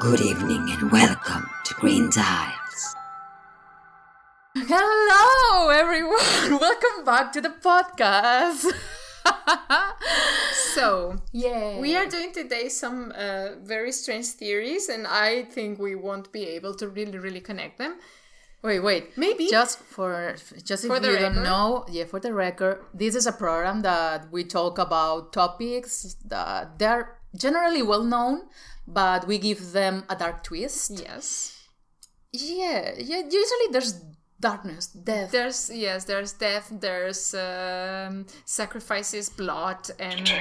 Good evening and welcome to Green's Isles. Hello, everyone. Welcome back to the podcast. So, Yeah, we are doing today some uh, very strange theories, and I think we won't be able to really, really connect them. Wait, wait. Maybe. just for just For if the you don't record. know, yeah, for the record, this is a program that we talk about topics that they're generally well known, but we give them a dark twist. Yes. Yeah, yeah. Usually there's darkness, death. There's, yes, there's death, there's um, sacrifices, blood, and,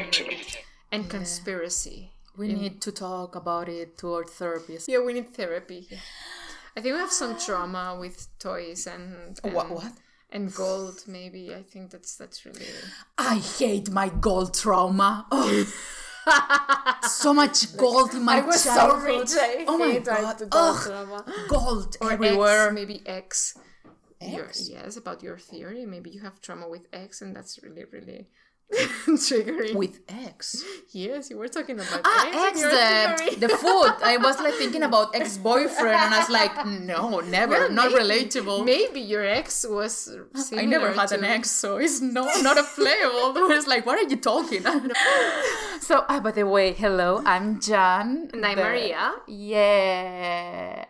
and conspiracy. we need to talk about it to our therapist. Yeah, we need therapy. I think we have some trauma with toys and, and Wha- what? and gold. Maybe I think that's that's really I hate my gold trauma. Oh. so much gold in my childhood. oh my god. Ugh. Gold everywhere. X, maybe X. Your- yes, about your theory. Maybe you have trauma with X, and that's really, really triggering. With X. yes, you were talking about X. Ah, in X, your theory. the, the food. I was like thinking about ex boyfriend, and I was like, no, never, Well, not maybe- relatable. Maybe your ex was. I never similar had an to- ex, so it's no, not a playable. It's like, what are you talking? I don't know. so, ah, by the way, hello, I'm Jan. And I'm the- Maria. Yeah.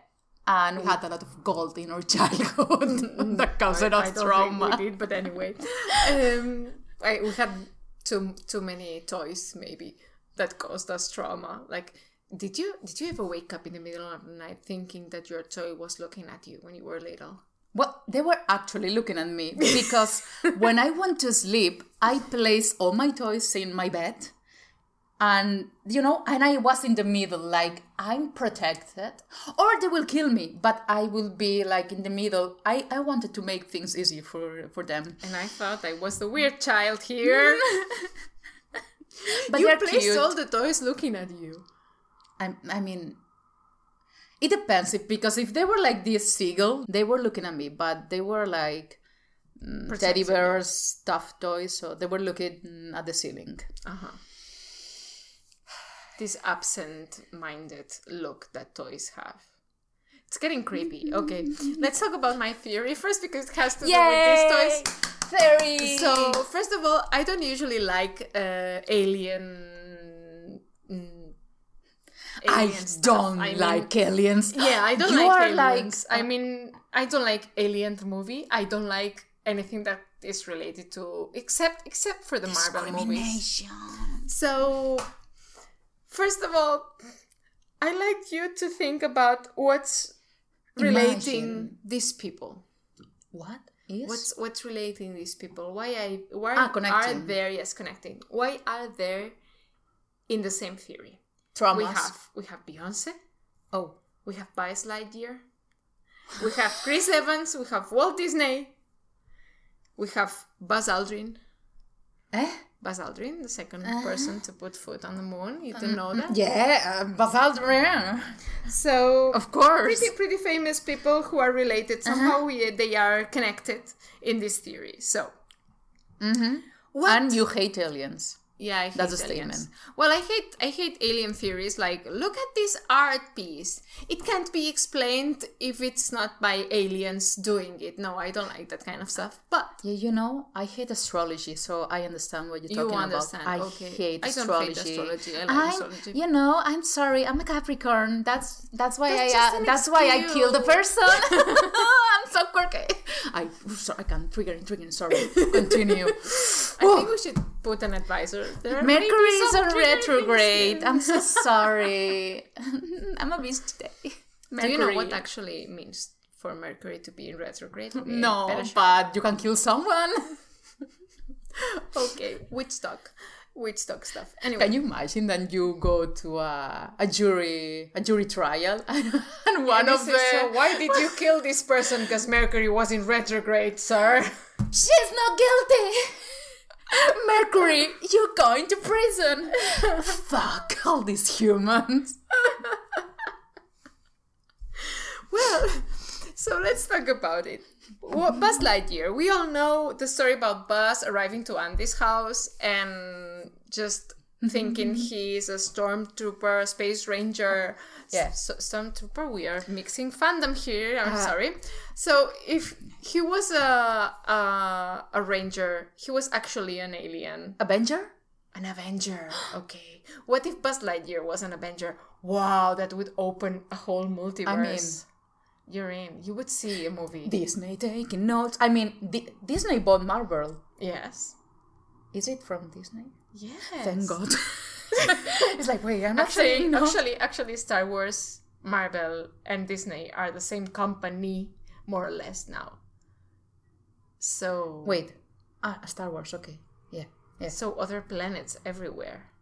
And we had a lot of gold in our childhood that caused Mm-hmm. I us don't trauma. Think we did, but anyway, um, I, we had too too many toys maybe that caused us trauma. Like, did you did you ever wake up in the middle of the night thinking that your toy was looking at you when you were little? Well, they were actually looking at me because when I went to sleep, I placed all my toys in my bed. And, you know, and I was in the middle, like, I'm protected or they will kill me, but I will be like in the middle. I, I wanted to make things easy for, for them. And I thought I was the weird child here. But you they're placed cute. all the toys looking at you. I, I mean, it depends if, because if they were like this seagull, they were looking at me, but they were like mm, teddy Protecting you. bears, stuffed toys, so they were looking at the ceiling. Uh-huh. This absent-minded look that toys have. It's getting creepy. Okay, let's talk about my theory first because it has to do with these toys. Very. So first of all, I don't usually like uh, alien. mm, I alien stuff. don't I mean- like aliens. Yeah, I don't You like are aliens. like- I mean, I don't like Alien the movie. I don't like anything that is related to except except for the Marvel movies. So first of all, I like you to think about what's relating Imagine. these people. What is? What's what's relating these people? Why I why Ah, are connecting. there yes connecting? Why are there in the same theory? traumas? We have we have Beyonce, Oh, we have Buzz Lightyear, we have Chris Evans, we have Walt Disney, we have Buzz Aldrin. eh? Buzz Aldrin, the 2nd person to put foot on the moon. You don't know that? Yeah, uh, basalt rare. So Of course. Uh-huh. pretty pretty famous people who are related somehow. We, they are connected in this theory. So. What And you hate aliens. Yeah, I hate That's a aliens. statement. Well, I hate I hate alien theories. Like, look at this art piece. It can't be explained if it's not by aliens doing it. No, I don't like that kind of stuff. But Yeah, you know, I hate astrology, so I understand what you're You talking understand, about. I okay. hate I astrology. don't hate astrology, I like I'm- astrology. You know, I'm sorry. I'm a Capricorn. That's that's why That's I just uh, an that's why I killed the excuse. person. I'm so quirky. I oops, sorry, I can't trigger and trigger. Sorry. Continue. I think we should put an advisor there. may be Mercury is some on triggering retrograde. I'm things. so sorry. I'm a bitch today. Do you know what Mercury. actually means for Mercury to be in retrograde? Okay, No, better shut but you can kill someone. Okay, witch talk, witch talk stuff. Anyway, Can you imagine that you go to a, a jury a jury trial and one This of is, the uh, why did you kill this person? Because Mercury was in retrograde, sir. She's not guilty. Mercury, you're going to prison. Fuck all these humans. Well, so let's talk about it. Well, Buzz Lightyear. We all know the story about Buzz arriving to Andy's house and just thinking he's a stormtrooper, space ranger. S- Yeah. so, stormtrooper. We are mixing fandom here. I'm sorry. So if he was a, a a ranger, he was actually an alien, Avenger? an Avenger. Okay. What if Buzz Lightyear was an Avenger? Wow, that would open a whole multiverse. You're in. You would see a movie. Disney taking notes. I mean, Di- Disney bought Marvel. yes. Is it from Disney? Yes. Thank God. it's like, wait, I'm not Actually, saying no. actually, actually, Star Wars, Marvel, and Disney are the same company, more or less now. So Wait. Ah, Star Wars, okay. Yeah. Yeah. so other planets everywhere.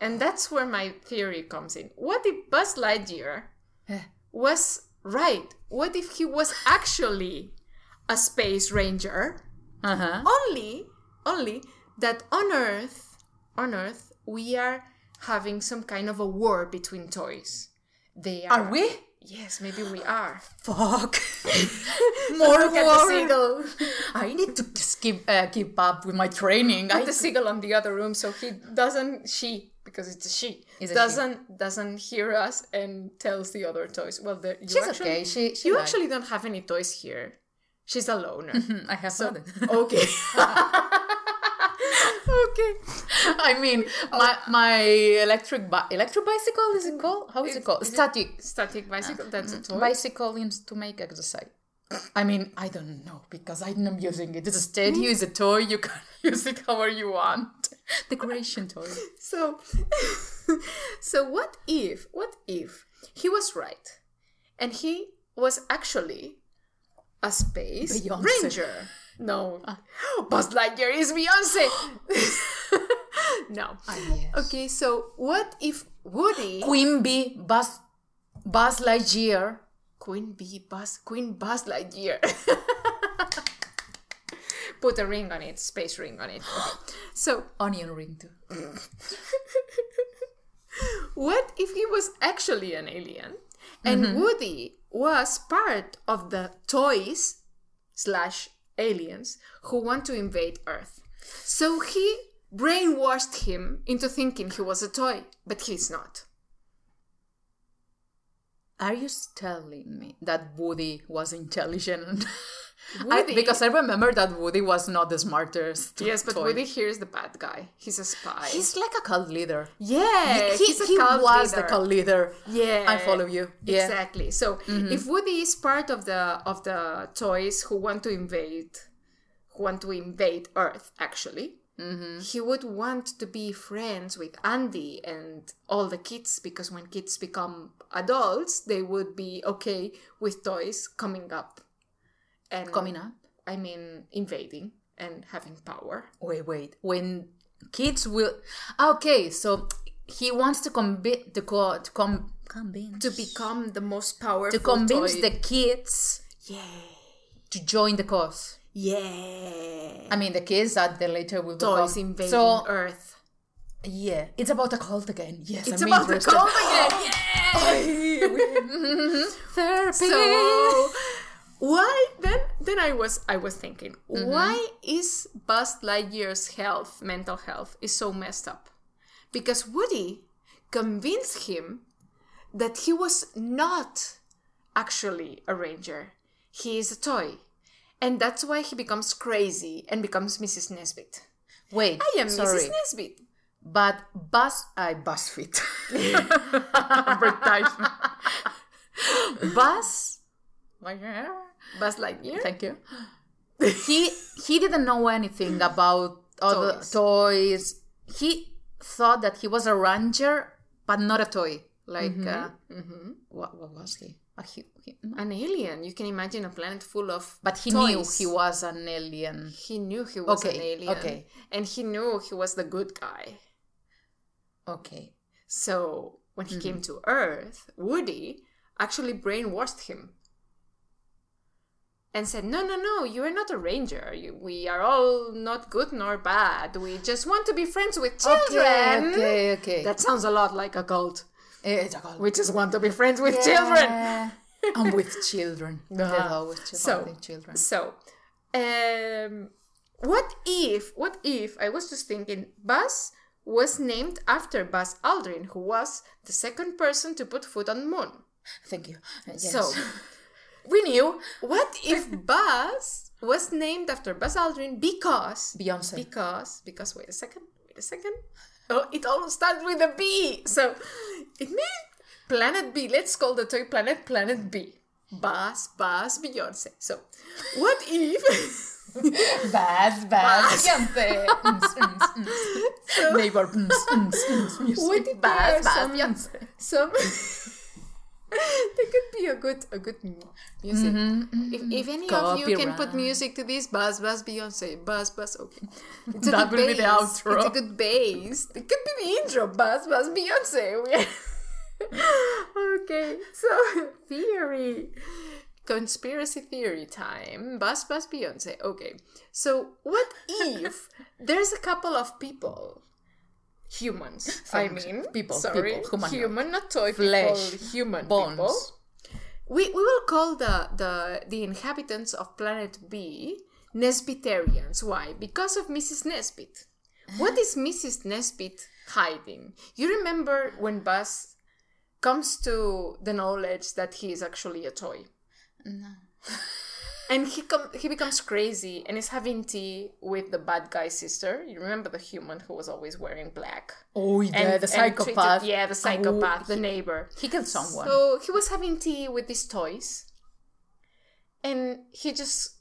And that's where my theory comes in. What if Buzz Lightyear Yeah. was right? What if he was actually a space ranger? Uh Uh-huh. huh. only only that on earth on earth we are having some kind of a war between toys they are, Oh, Are we? yes maybe we are Fuck. More Look at the war. seagull I need to just keep, uh, keep up with my training. Put I the seagull on the other room so he doesn't she because it's a she It's a she. doesn't doesn't hear us and tells the other toys well the, you She's actually, okay. She, she you like- actually don't have any toys here she's a loner Hmm, I have nothing. okay okay Oh. I mean, my my electric bi- electric bicycle is it called? How is it It's- called? is it- Static static bicycle that's a toy bicycle is to make exercise. I mean, I don't know because I'm not using it. It's a steady, it's a toy. You can use it however you want. Decoration toy. So, so what if, what if he was right, and he was actually a space Beyonce. Ah. ranger? No, Buzz Lightyear is Beyonce. no. Ah, yes. Okay, so what if Woody Queen Bee, Buzz, Buzz Lightyear. Queen Bee Buzz Queen Buzz Lightyear? Put a ring on it, space ring on it. Okay. So Onion ring too. What if he was actually an alien and Woody was part of the toys slash aliens who want to invade Earth? So he brainwashed him into thinking he was a toy, but he's not. Are you telling me that Woody was intelligent? I, Woody- because I remember that Woody was not the smartest. Yes, but toy. Woody here is the bad guy. He's a spy. He's like a cult leader. yeah, he, he's a he cult was leader. the cult leader. Yeah, I follow you. Yeah. Mm-hmm. exactly. So if Woody is part of the of the toys who want to invade, who want to invade Earth, actually, Mm-hmm. he would want to be friends with Andy and all the kids because when kids become adults, they would be okay with toys coming up and Coming up. I mean, invading and having power. Wait, wait. When kids will. ah, Okay, so he wants to convince to, co- to com- convince To become the most powerful to convince toy. the kids yeah to join the cause. yeah I mean, the kids that the later will toys become. invading so Earth. yeah, it's about a cult again. Yes, It's I'm about the interested. cold again. Therapy. so why then? Then I was I was thinking, why is Buzz Lightyear's health, mental health, is so messed up? Because Woody convinced him that he was not actually a ranger. He is a toy. And that's why he becomes crazy and becomes Mrs. Nesbit. wait, I am sorry, Mrs. Nesbit. but Buzz, I Buzzfeed. Advertisement. Buzz. Buzz Lightyear. Thank you. he he didn't know anything about other Toys. toys. He thought that he was a ranger, but not a toy. Like uh, what? What was he? A hu- human? An alien. Mm-hmm. You can imagine a planet full of. But he knew toys. he was an alien. He knew he was an Okay, alien. okay. And he knew he was the good guy. Okay. So when he Mm-hmm. came to Earth, Woody actually brainwashed him and said, "No, no, no! You are not a ranger. You, we are all not good nor bad. We just want to be friends with children." Okay. Okay. okay. Eh, That sounds a lot like a cult. It's a cult. We just want to be friends with children. Yeah. and with children. There's always So- children. children. So, um, What if, what if, I was just thinking, Buzz was named after Buzz Aldrin, who was the second person to put foot on moon. Thank you. Uh, Yes. So, we knew. What if Buzz was named after Buzz Aldrin because Beyonce. Because because wait a second, wait a second. Oh, it all starts with a B. So it means Planet B. Let's call the toy planet Planet B. Buzz, Buzz, Beyonce. So what if? Buzz, buzz. Buzz. Beyonce. Mm, mm, mm. Neighbor. Mm, mm, mm, music. What if there are Buzz, buzz, some- Beyonce. some there could be a good a good mu- music. Mm-hmm, If, if any of you can put Copyright. music to this, buzz buzz Beyonce, buzz buzz. Okay, it's a That good will be the bass. outro. It's a good bass. It could be the intro. Buzz buzz Beyonce. We are- okay, so theory, conspiracy theory time. Buzz buzz Beyonce. Okay, so what if there's a couple of people? Humans, I Thanks. mean, People, sorry, people, humanoid. human, not toy Flesh, people, human bones. people. We, we will call the, the the inhabitants of planet B Nesbitarians. Why? Because of Mrs. Nesbit. What is Mrs. Nesbit hiding? You remember when Buzz comes to the knowledge that he is actually a toy? No. and he com- he becomes crazy and is having tea with the bad guy sister. You remember the human who was always wearing black? Oh, yeah, the treated- psychopath. yeah, the psychopath, the neighbor. He killed someone. So he was having tea with these toys, and he just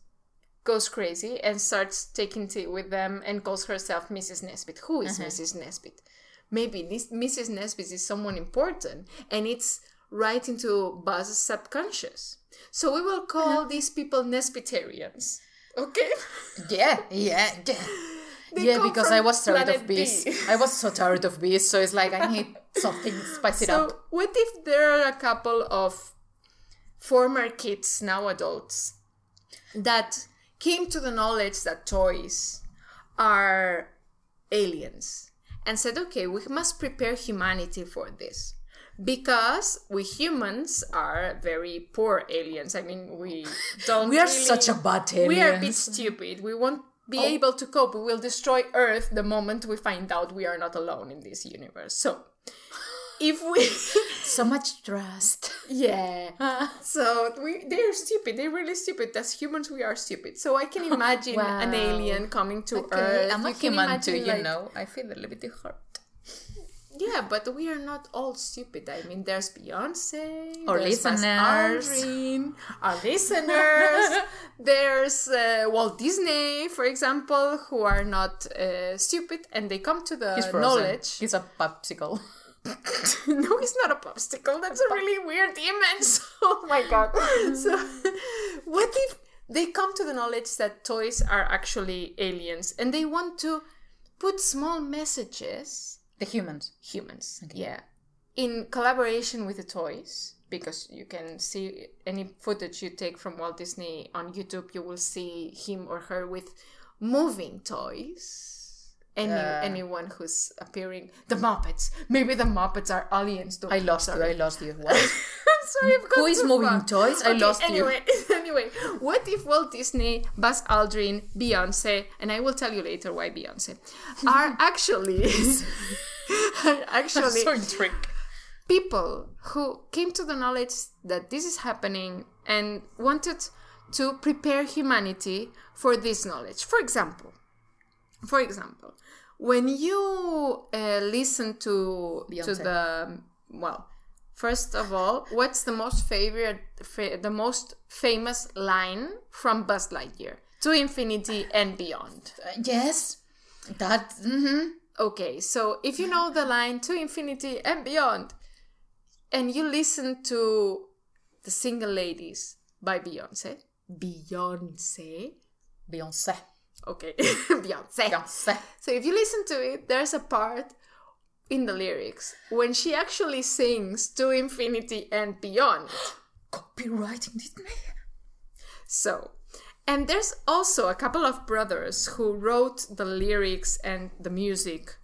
goes crazy and starts taking tea with them and calls herself Mrs. Nesbit. Who Mm-hmm. is Mrs. Nesbit? Maybe this Mrs. Nesbit is someone important, and it's right into Buzz's subconscious. So we will call Uh-huh. these people Nesbitarians. Okay. Yeah, yeah, yeah. They yeah, come because from I was tired planet of bees. B. I was so tired of bees, so it's like I need something to spice it So, up. what if there are a couple of former kids, now adults, that came to the knowledge that toys are aliens and said, okay, we must prepare humanity for this. Because we humans are very poor aliens. I mean, we don't. We are really- such a bad alien. we are a bit stupid. We won't Oh. be able to cope. We will destroy Earth the moment we find out we are not alone in this universe. So, if we, so much trust. yeah, so we they are stupid. They're really stupid. As humans, we are stupid. So I can imagine an Wow. alien coming to Okay, Earth. I'm a You can human too, imagine, you like- know. I feel a little bit hurt. Yeah, but we are not all stupid. I mean, there's Beyonce, Our there's Buzz listeners. Aldrin, our listeners. there's uh, Walt Disney, for example, who are not uh, stupid and they come to the He's frozen. knowledge. He's a popsicle. no, he's not a popsicle. That's a really weird image. oh my god. so, what if they come to the knowledge that toys are actually aliens and they want to put small messages? The humans. humans. Yeah. In collaboration with the toys, because you can see any footage you take from Walt Disney on YouTube, you will see him or her with moving toys. Any, Yeah. Anyone who's appearing, the Muppets. Maybe the Muppets are aliens. Too. I lost you. I lost you. What? I'm sorry, I've gone Who is too moving far. toys? I lost you. anyway, you. Anyway, what if Walt Disney, Buzz Aldrin, Beyonce, and I will tell you later why Beyonce, are actually, are actually intrigued. people who came to the knowledge that this is happening and wanted to prepare humanity for this knowledge. For example, for example, when you uh, listen to to Beyonce. the well, first of all, what's the most favorite, fa- the most famous line from Buzz Lightyear? To infinity and beyond. Uh, yes. That. mhm. Okay, so if you know the line to infinity and beyond, and you listen to The Single Ladies by Beyonce, Beyonce, Beyonce. okay, Beyonce. Beyonce. So if you listen to it, there's a part in the lyrics when she actually sings to infinity and beyond. Copywriting, didn't I? So, and there's also a couple of brothers who wrote the lyrics and the music,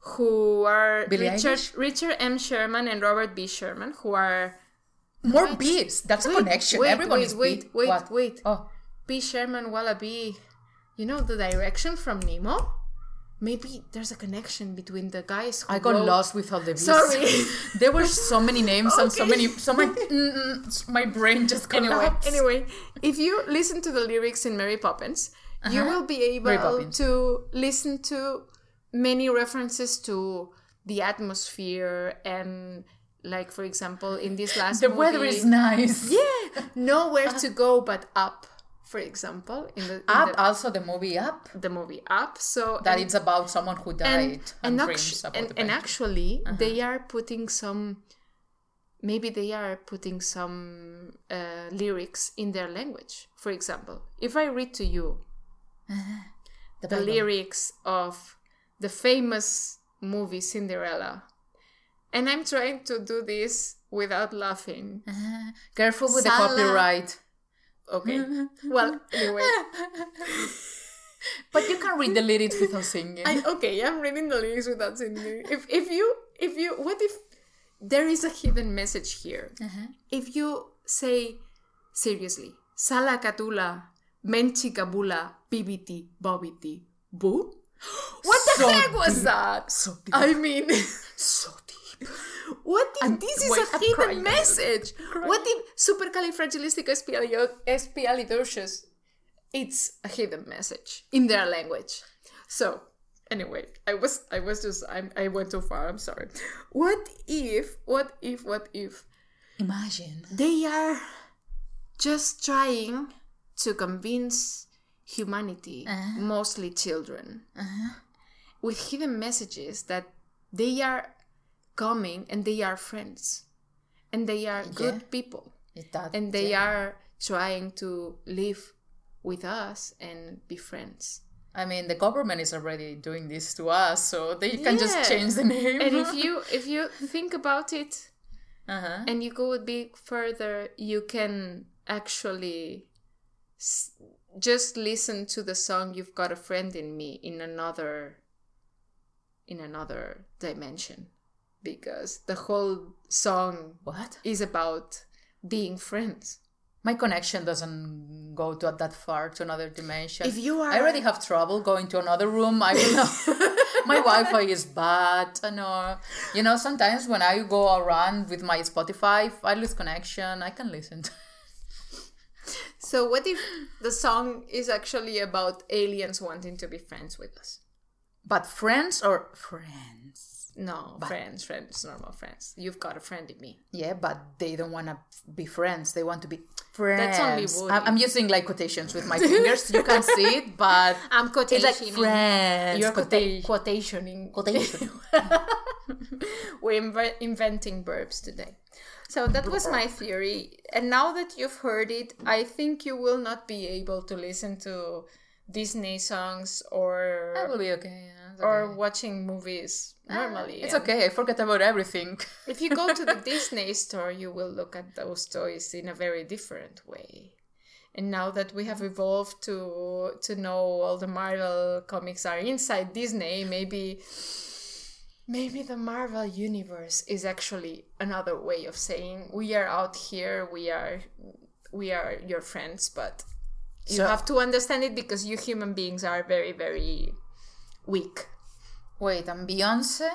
who are Billie Richard Eilish? Richard M. Sherman and Robert B. Sherman, who are More bees. That's a connection. wait, Everyone wait, is bee. wait, wait, What? wait. Oh, B. Sherman Wallaby. you know, the direction from Nemo. Maybe there's a connection between the guys who I got wrote- lost with all the views. Sorry. there were so many names and so Okay. many. So my mm, mm, my brain just anyway, collapsed. anyway, if you listen to the lyrics in Mary Poppins, you will be Uh-huh. Mary able Poppins. to listen to many references to the atmosphere and, like, for example, in this last the movie, weather is nice. yeah, nowhere to go but up. For example, in the in Up, also the movie Up, the, the movie Up, so that it's about someone who died and, and and, actu- dreams about and, the and pain. actually they are putting some maybe they are putting some uh, lyrics in their language for example if i read to you the, the Bible. lyrics of the famous movie cinderella and i'm trying to do this without laughing Careful with Sala. the copyright. okay well anyway But you can read the lyrics without singing. I, okay i'm reading the lyrics without singing if, if you if you what if there is a hidden message here Mm-hmm. if you say seriously, Sala Katula, Menchi Kabula, Bibiti, Bobiti, Boo? What the So heck was that? so deep. I mean, so deep. what if I'm- this is wait, a I'm hidden crying. message? What if supercalifragilisticexpialidocious, it's a hidden message in their language? So, anyway, I was, I was just, I'm, I went too far. I'm sorry. What if, what if, what if Imagine. they are just trying to convince humanity, Uh-huh. mostly children, with hidden messages that they are coming and they are friends and they are Yeah. good people It- that- and they yeah. are trying to live with us and be friends. I mean, the government is already doing this to us, so they can Yeah. just change the name. And if you if you think about it uh-huh. and you go a bit further, you can actually s- just listen to the song "You've Got a Friend in Me" in another in another dimension, because the whole song What? is about being friends. My connection doesn't go to that far to another dimension. If you I already are- have trouble going to another room. I don't know. my Wi-Fi is bad. I know. You know, sometimes when I go around with my Spotify, if I lose connection. I can listen. To... So, what if the song is actually about aliens wanting to be friends with us? But friends or friends? No, friends, friends, normal friends. You've got a friend in me. Yeah, but they don't want to be friends. They want to be friends. only Woody. I- I'm using like quotations with my fingers. You can't see it, but I'm it's quotationing. like friends. You're quota- quota- quotationing. quotation. We're inve- inventing verbs today. So that was my theory. And now that you've heard it, I think you will not be able to listen to Disney songs That or will be okay. yeah, it's or okay. watching movies normally. It's And okay. I forget about everything. if you go to the Disney store, you will look at those toys in a very different way. And now that we have evolved to to know all the Marvel comics are inside Disney, maybe maybe the Marvel universe is actually another way of saying we are out here, we are we are your friends, but you So- have to understand it because you human beings are very very weak. Wait, and Beyonce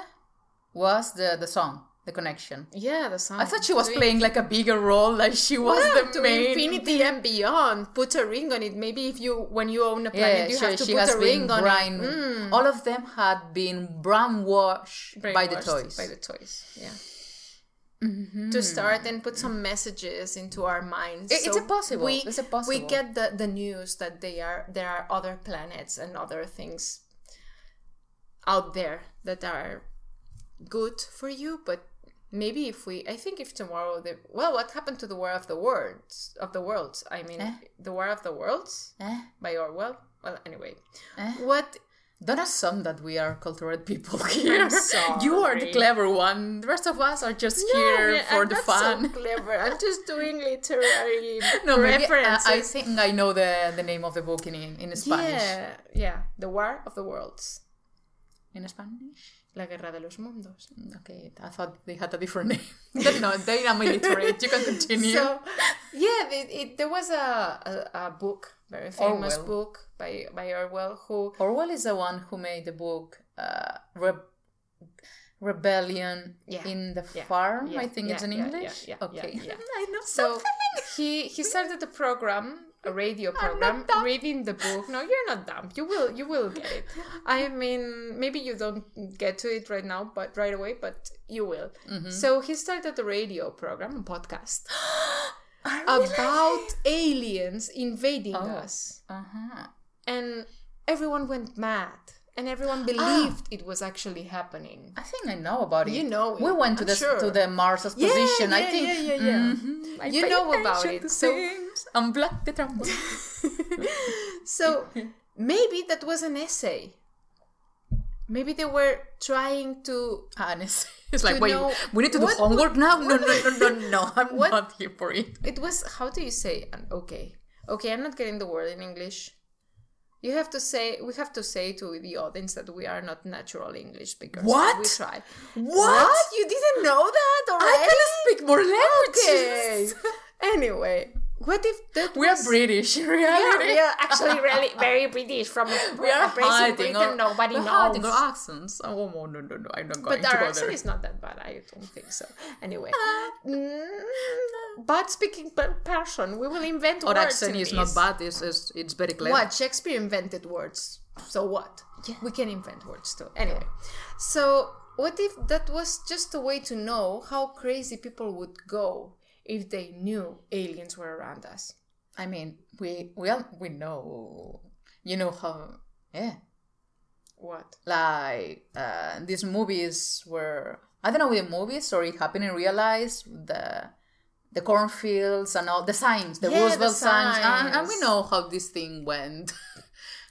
was the the song, the connection. Yeah, the song. I thought she was playing like a bigger role, like she was Well, the to main. infinity and beyond. Put a ring on it. Maybe if you, when you own a planet, Yeah, you she, have to she put has a been ring on brain. it. All of them had been brainwashed Mm, by the brainwashed toys. By the toys, yeah. Mm-hmm. To start and put some messages into our minds. I- it's a possible, We, it's a possible. We get the, the news that they are there are other planets and other things out there that are good for you, but maybe if we I think if tomorrow the well, what happened to the War of the Worlds of the Worlds? I mean Eh? the War of the Worlds Eh? by Orwell. Well anyway. Eh? What Don't assume that we are cultured people here. I'm You are the sorry. clever one. The rest of us are just No, here I'm for the not fun. So clever. I'm just doing literary no, maybe, uh, references. I think I know the, the name of the book in in Spanish. Yeah, yeah. The War of the Worlds. In Spanish. La Guerra de los Mundos. Okay, I thought they had a different name. no, they are illiterate. You can continue. So, Yeah, it, it, there was a, a, a book, very famous Orwell. book by, by Orwell, who Orwell is the one who made the book uh, Re- Rebellion Yeah. in the Yeah. Farm, Yeah. I think it's in Yeah. Yeah. English. Yeah. Yeah. okay. Yeah. Yeah. I know so something. he he started a program, a radio program, reading the book. No, you're not dumb. You will you will get it. I mean, maybe you don't get to it right now, but right away, but you will. Mm-hmm. So he started a radio program, a podcast about aliens Oh. invading us. Uh-huh. and everyone went mad and Ah. everyone believed it was actually happening I think I know about it. You know we it, went to I'm the sure. to the Mars exposition. I think Mm, Mm-hmm. Mhm. you know about it so, unblock the trombone. so maybe that was an essay maybe they were trying to Honest, it's like To wait, know we need to do what- homework now. No, no, no, no, no. I'm What- not here for it. it was how do you say an okay okay i'm not getting the word in english you have to say we have to say to the audience that we are not natural english because we What? try What? you didn't know that I already can speak more Okay. languages. anyway, what if that We are was- British. in Yeah, Reality. we are actually really very British from We are Britain. hiding our, Britain nobody we're knows. hiding our accents. Oh no, no, no, no! I'm not going but to our go accent there. is not that bad. I don't think so. Anyway, Mm, but speaking per- Persian, we will invent Our words. accent in is not this. bad. It's it's, it's very clever. What Shakespeare invented words, so what? We can invent words too. Anyway, so what if that was just a way to know how crazy people would go if they knew aliens were around us? I mean, we we all, we know, you know how, yeah, What? like uh, these movies were. I don't know the movies or it happened in real life. The the cornfields and all the signs, the Yeah, the Roosevelt signs, and, and signs. we know how this thing went.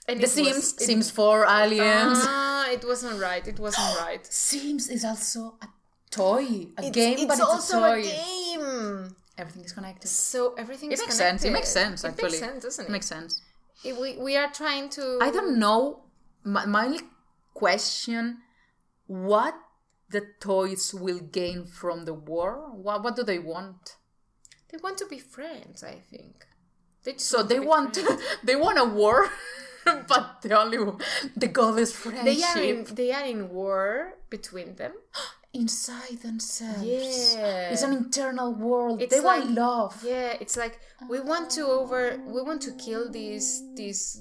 And the it was- Sims, it- Sims Four, Aliens. Ah, it wasn't right. It wasn't right. Sims is also a toy, a game, but it's a toy. game. Everything is connected. So everything It is makes sense. It makes connected. sense. Actually, it makes sense, doesn't it? Makes sense. It- we, we are trying to. I don't know. My, my only question: What the toys will gain from the war? What What do they want? They want to be friends. I think. They just So to they be want friends. they want a war, but the only the goal is friendship They are in. They are in war between them. inside themselves. Yeah. it's an internal world. It's they like- want love. Yeah, it's like we want to over. We want to kill these these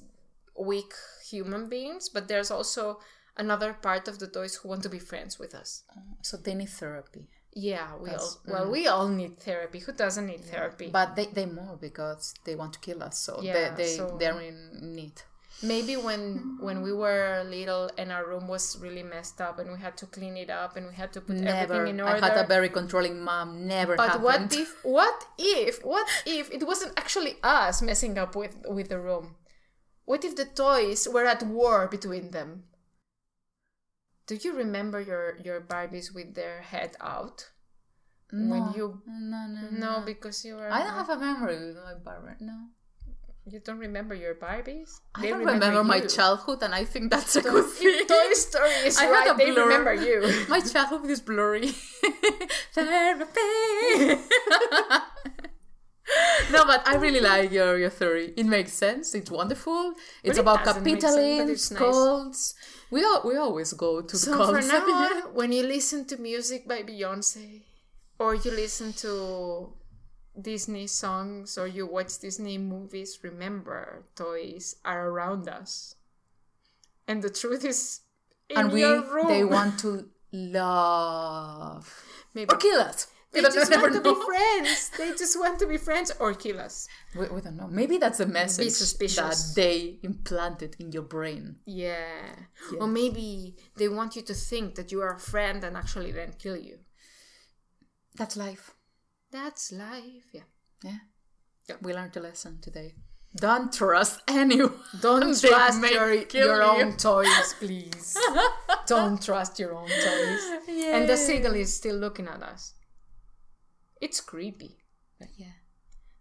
weak human beings, but there's also another part of the toys who want to be friends with us. So they need therapy, Yeah, we all That's- mm. well, we all need therapy. Who doesn't need therapy? but they they more because they want to kill us. So Yeah, they they so- they're in need. maybe when Mm. when we were little and our room was really messed up and we had to clean it up and we had to put Never. everything in I order. had a very controlling mom. Never. but happened. what if what if what if it wasn't actually us messing up with with the room? What if the toys were at war between them? Do you remember your your Barbies with their head out? When you no no no, because you were Mm. I don't have a memory with my barber. No, you don't remember your Barbies. I They don't remember, my you. childhood, and I think that's a good Toy- thing. Toy Story is I right. had a they blur. remember you. my childhood is blurry. Therapy. no, but I really like your, your theory. It makes sense. It's wonderful. It's it about doesn't make sense, but it's capitalism, nice. cults. We all, we always go to the So cults. from now on, when you listen to music by Beyonce, or you listen to Disney songs, or you watch Disney movies, remember toys are around us, and the truth is in and we your room. they want to love Maybe. or kill us. They We don't- just never want to be know. friends. They just want to be friends or kill us. We, we don't know. Maybe that's a message that suspicious. they implanted in your brain. Yeah. Or maybe they want you to think that you are a friend and actually then kill you. That's life. That's life. Yeah. Yeah. Yeah. We learned a lesson today. Don't trust anyone. Don't They trust may your, kill your you. own toys, please. Don't trust your own toys. And the seagull is still looking at us. It's creepy. Yeah.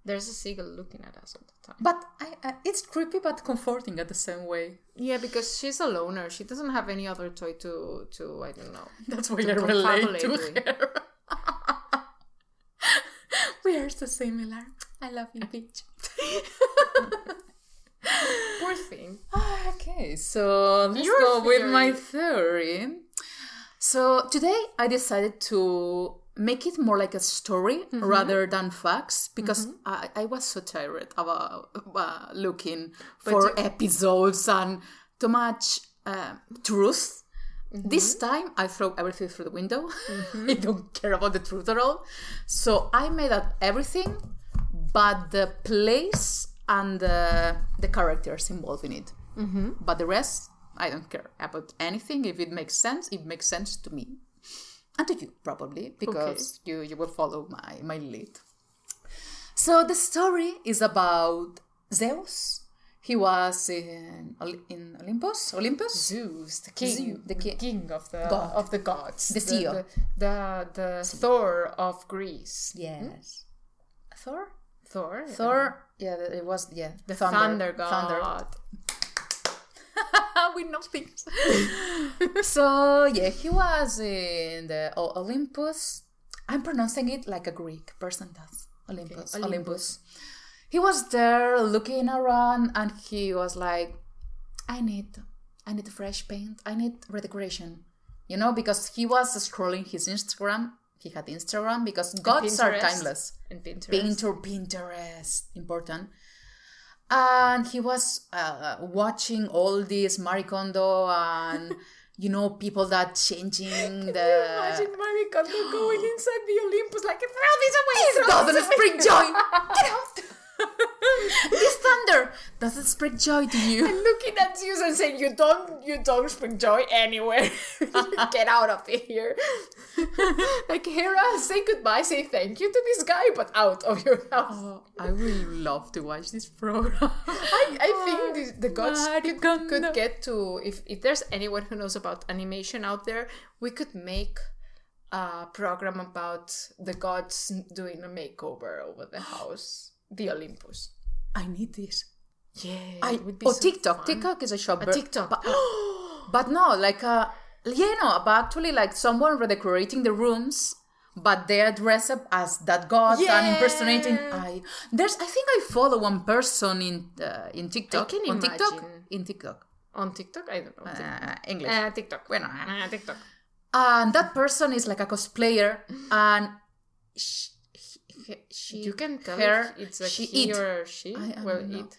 There's a seagull looking at us all the time. But I, I, it's creepy but comforting at the same way. Yeah, because she's a loner. She doesn't have any other toy to, to I don't know. That's why I To relate to confabulate her. we are the similar. I love you, bitch. Poor thing. Okay, so let's Your go with theory. my theory. So today I decided to make it more like a story rather than facts because I, I was so tired about uh, looking for episodes and too much uh, truth. This Mm-hmm. time I throw everything through the window. I don't care about the truth at all. So I made up everything but the place and the, the characters involved in it. Mm-hmm. But the rest, I don't care about anything. If it makes sense, it makes sense to me. And to you, probably, because you, you will follow my, my lead. So the story is about Zeus. He was in, Oli- in Olympus? Olympus? Zeus, the king, Zeus, the the ki- king, of the God. of the gods, the CEO. the the, the Thor of Greece, Yes. Thor? Thor, Hmm? Thor, yeah, it was, yeah. The thunder, god. we know things. so yeah, he was in the O- Olympus. I'm pronouncing it like a Greek person does. Olympus, Okay, Olympus. He was there looking around, and he was like, "I need, I need fresh paint. I need redecoration." You know, because he was scrolling his Instagram. He had Instagram because gods are Pinterest. timeless and Pinterest. painter Pinterest important. And he was uh, watching all this Marie Kondo and you know people that changing the. Imagine Marie Kondo going inside the Olympus like throw this away. This throw this doesn't away." bring joy. Get out! this thunder doesn't bring joy to you. Looking at Zeus and saying, "You don't, you don't bring joy anywhere. Get out of here." like Hera, say goodbye, say thank you to this guy, but out of your house. Oh, I will love to watch this program. Oh. I, I think this, the gods Marie could, Kondo. could get to if if there's anyone who knows about animation out there, we could make a program about the gods doing a makeover over the house, the Olympus. I need this. Yeah, I, it would be oh, so TikTok. fun. TikTok is a shop. A but- Oh, TikTok. But, but no, like, uh, yeah, no, but actually, like, someone redecorating the rooms, but they are dressed up as that god and impersonating. Yeah. I there's, I think I follow one person in uh, in TikTok. can on TikTok, imagine. in TikTok, on TikTok, I don't know. TikTok. uh, English, Uh, TikTok. Bueno. uh, TikTok. and that person is like a cosplayer, and she, he, she You can tell her- if it's a she he eat. or she. I- I well, don't know. it.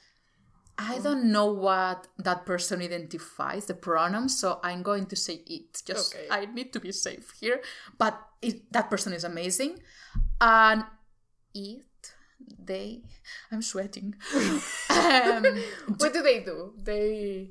I don't know what that person identifies the pronoun, so I'm going to say it. Just Okay. I need to be safe here, but it, that person is amazing, and it they. I'm sweating. um, What do they do? They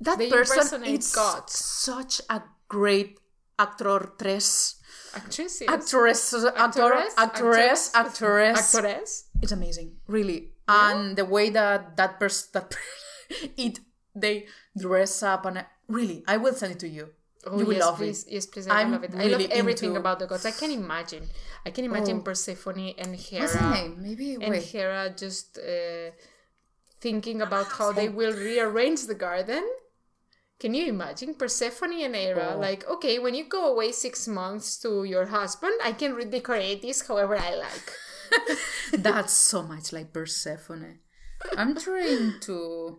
that They person impersonate is gods. such a great actor, actress, actresses, actress, actor, Actores? actress, actress, actores. it's amazing, really. And the way that that person that per- it they dress up and really, I will send it to you. Oh, you will yes, love please. it. Yes, please. I I'm love it. I really love everything into- Oh. about the gods. I can imagine. I can imagine Persephone and Hera. What's the name? Maybe And wait. Hera just uh, thinking about how they Oh. will rearrange the garden. Can you imagine Persephone and Hera? Oh. Like, okay, when you go away six months to your husband, I can redecorate this however I like. That's so much like Persephone. I'm trying to.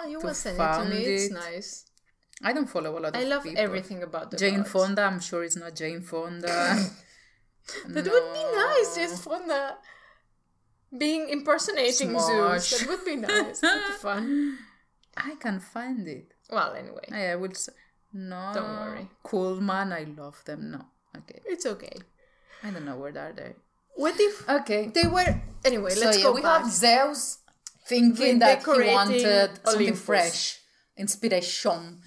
Oh, you will will send send it to it found to me, me. it's It's it. nice. I don't follow a lot of I love people. everything about the Jane gods. Fonda. I'm sure it's not Jane Fonda. That would be nice, just Fonda being impersonating Smosh. Zeus. That would be nice. That'd be fun. I can find it. Well, anyway, I, I will. s no. Don't worry. Cool man. I love them. No. Okay. it's okay. I don't know where are they. What if Okay. they were? Anyway, So let's yeah, go we back. have Zeus thinking that he Redecorating wanted something Olympus. fresh, inspiration.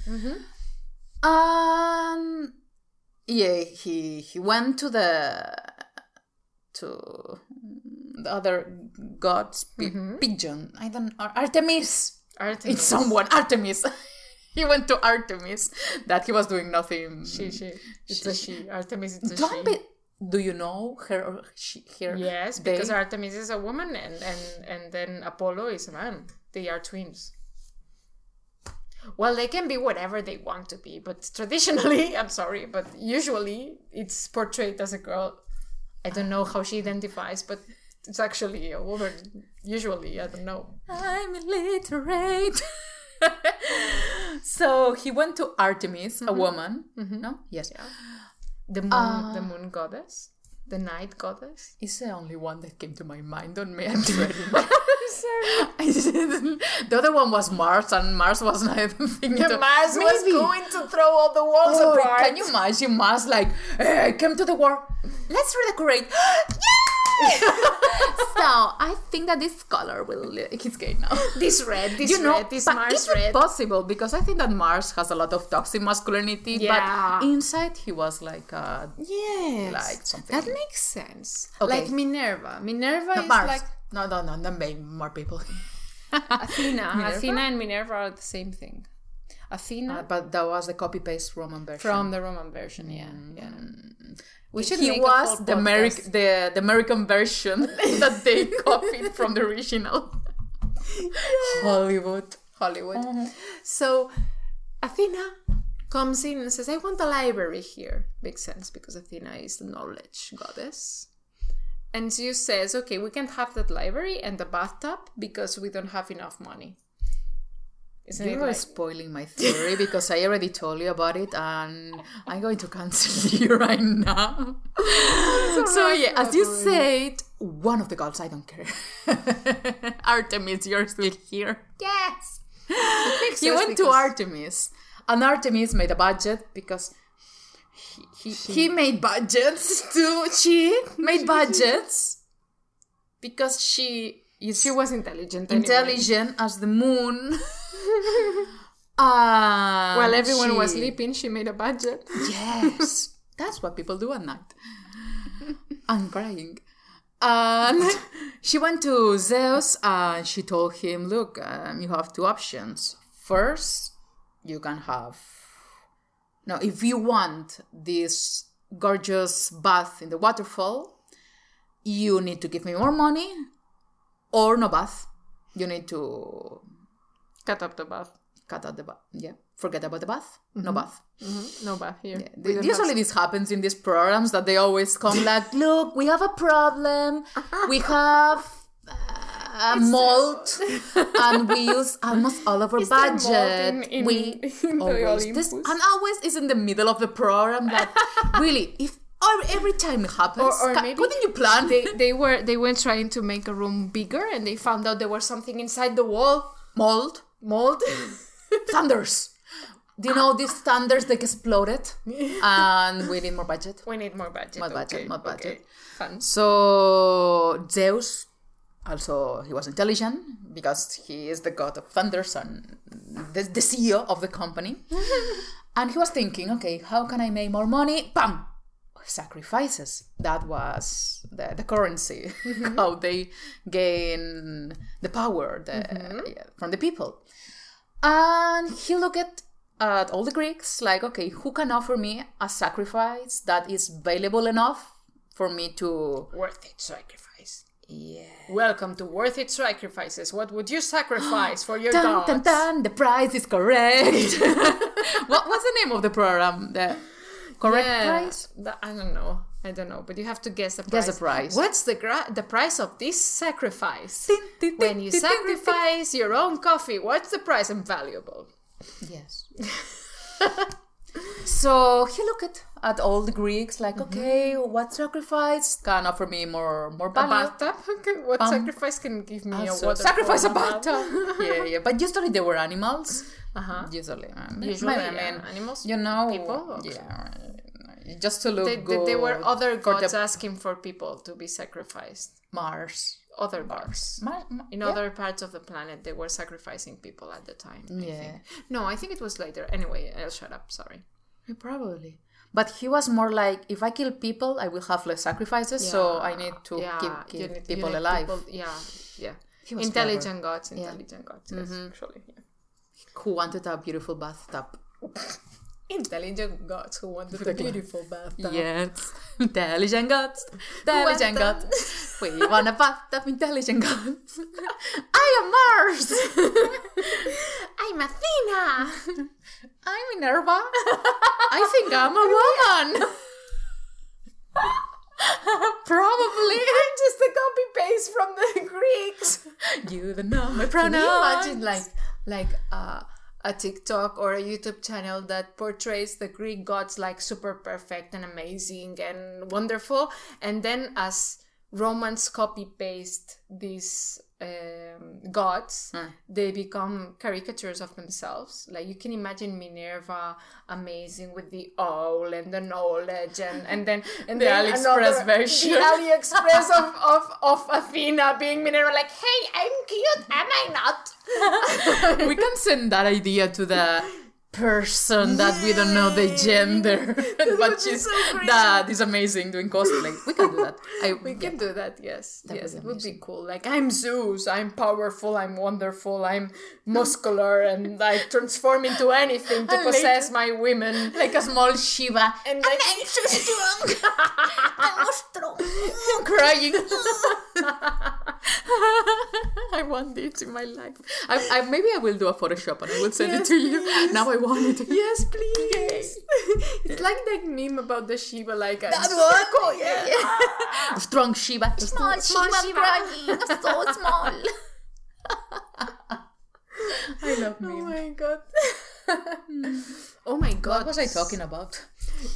Um, yeah, he he went to the to the other god's pi- pigeon. I don't Ar- Artemis. Artemis. It's someone Artemis. he went to Artemis. That he was doing nothing. She, she. It's a she. Artemis. It's a Don't she. be. Do you know her? Or she, her Yes, they? because Artemis is a woman, and and and then Apollo is a man. They are twins. Well, they can be whatever they want to be, but traditionally, I'm sorry, but usually it's portrayed as a girl. I don't know how she identifies, but it's actually a woman. Usually, I don't know. I'm illiterate. so he went to Artemis, a woman. No? Yes. The moon, the moon goddess, the night goddess. It's the only one that came to my mind on me. I'm dreading. Sorry. I didn't- the other one was Mars, and Mars was not even thinking. to- Mars was Maybe. going to throw all the walls Oh, apart. can you imagine Mars like, "Eh, I came to the war, let's redecorate. Yay! so I think that this color will, he's gay now. This red, this you know, red, this but Mars is red. it possible? Because I think that Mars has a lot of toxic masculinity, Yeah. but inside he was like, uh, Yes. Like something. That makes sense. Okay. Like Minerva. Minerva is Mars. like no, no, no, no, maybe more people. Athena. Athena and Minerva are the same thing. Athena Uh, but that was the copy paste Roman version. from the Roman version, yeah. yeah. We should he make a was whole the, podcast. Ameri- the, the American version that they copied from the original. Hollywood. Uh-huh. Hollywood. So Athena comes in and says, I want a library here. Makes sense because Athena is the knowledge goddess. And Zeus says, Okay, we can't have that library and the bathtub because we don't have enough money. Isn't You it are like- spoiling my theory because I already told you about it and I'm going to cancel you right now. so, yeah, as you said, one of the gods, I don't care. Artemis, you're still here. Yes! He sense went to because- Artemis and Artemis made a budget because. He, he, he made budgets too. She made budgets because she is She was intelligent. anyway. intelligent as the moon. uh, While everyone was she- sleeping, she made a budget. Yes, that's what people do at night. I'm crying. And she went to Zeus and she told him, Look, um, you have two options. First, you can have. No, if you want this gorgeous bath in the waterfall, you need to give me more money or no bath. You need to Cut up the bath. cut out the bath. Yeah, forget about the bath. No bath. No bath here. We Th- don't Usually, have- this happens in these programs that they always come like, Uh-huh. "Look, we have a problem. We have uh, mold, and we use almost all of our Is there mold budget. in- in- we in the always this, Olympus? and always is in the middle of the program. That really, if or every time it happens, or ca- maybe couldn't you plan? they, they were they were trying to make a room bigger and they found out there was something inside the wall mold, mold thunders. Do you know these thunders that exploded, and we need more budget. we need more budget More budget, more budget. fun So Zeus, also he was intelligent because he is the god of thunders and the, the CEO of the company. and he was thinking, okay, how can I make more money? Bam! Sacrifices. That was the, the currency, how they gain the power the, yeah, from the people. And he looked at, at all the Greeks, like, okay, who can offer me a sacrifice that is valuable enough for me to. worth it sacrifice Yeah. welcome to worth it sacrifices what would you sacrifice for your Dun, gods dun, dun, the price is correct. what, what's the name of the program? The correct Yeah, price? th- i don't know i don't know but you have to guess the price Guess the price. what's the gra- the price of this sacrifice Tin, tin, tin, when you tin, tin, tin. sacrifice your own coffee what's the price and valuable Yes. so he looked at, at all the Greeks, like, okay, what sacrifice can offer me more more a value? bathtub? Okay, what sacrifice can give me a Um, Also, water? sacrifice a for bathtub. yeah, yeah. But usually they were animals. Uh-huh. Usually, I mean, Usually, I mean, yeah, animals, You know, people, okay. Yeah, just to look They, good. they, they were other for the gods asking for people to be sacrificed. Mars. Other gods. Mar- Mar- In yeah. other parts of the planet, they were sacrificing people at the time. I Yeah. think. No, I think it was later. Anyway, I'll shut up. Sorry. Yeah, Probably. But he was more like, if I kill people, I will have less sacrifices, so I need to Yeah, keep, you keep need- you people need alive. people- yeah, yeah. was Mm-hmm. Intelligent gods, intelligent gods. Yes, actually. yeah. Who wanted a beautiful bathtub? Intelligent gods who wanted a beautiful bathtub. Yes. Intelligent gods. Intelligent Bathtub. gods. We want a bathtub, intelligent gods. I am Mars. I'm Athena! I'm Minerva. I think I'm a woman. Probably. I'm just a copy paste from the Greeks. you don't know my Can pronouns. you imagine like like uh, a TikTok or a YouTube channel that portrays the Greek gods like super perfect and amazing and wonderful, and then as Romans copy paste these um, gods, Hmm. they become caricatures of themselves. Like you can imagine Minerva, amazing with the owl and the knowledge, and and then and The then AliExpress another- version. The AliExpress of, of of Athena being Minerva, like, hey, I'm cute, am I not? we can send that idea to the person that we don't know the gender, would be but she's so great. that is amazing doing cosplay. We can do that. I, We can do that, yes, would yes, be it would be cool. Like, I'm Zeus, I'm powerful, I'm wonderful, I'm muscular, and I transform into anything to And later- possess my women. like a small Shiva And like, I'm so strong. I'm strong. crying. I want it in my life. I, I, maybe I will do a Photoshop and I will send it to you. Now I want it. Yes, please. it's like that meme about the Shiva, like I'm so cool, yeah. Strong Shiva. Small Shiva Shiva. crying. I'm so small. I love Oh me. my god. oh my god. What was I talking about?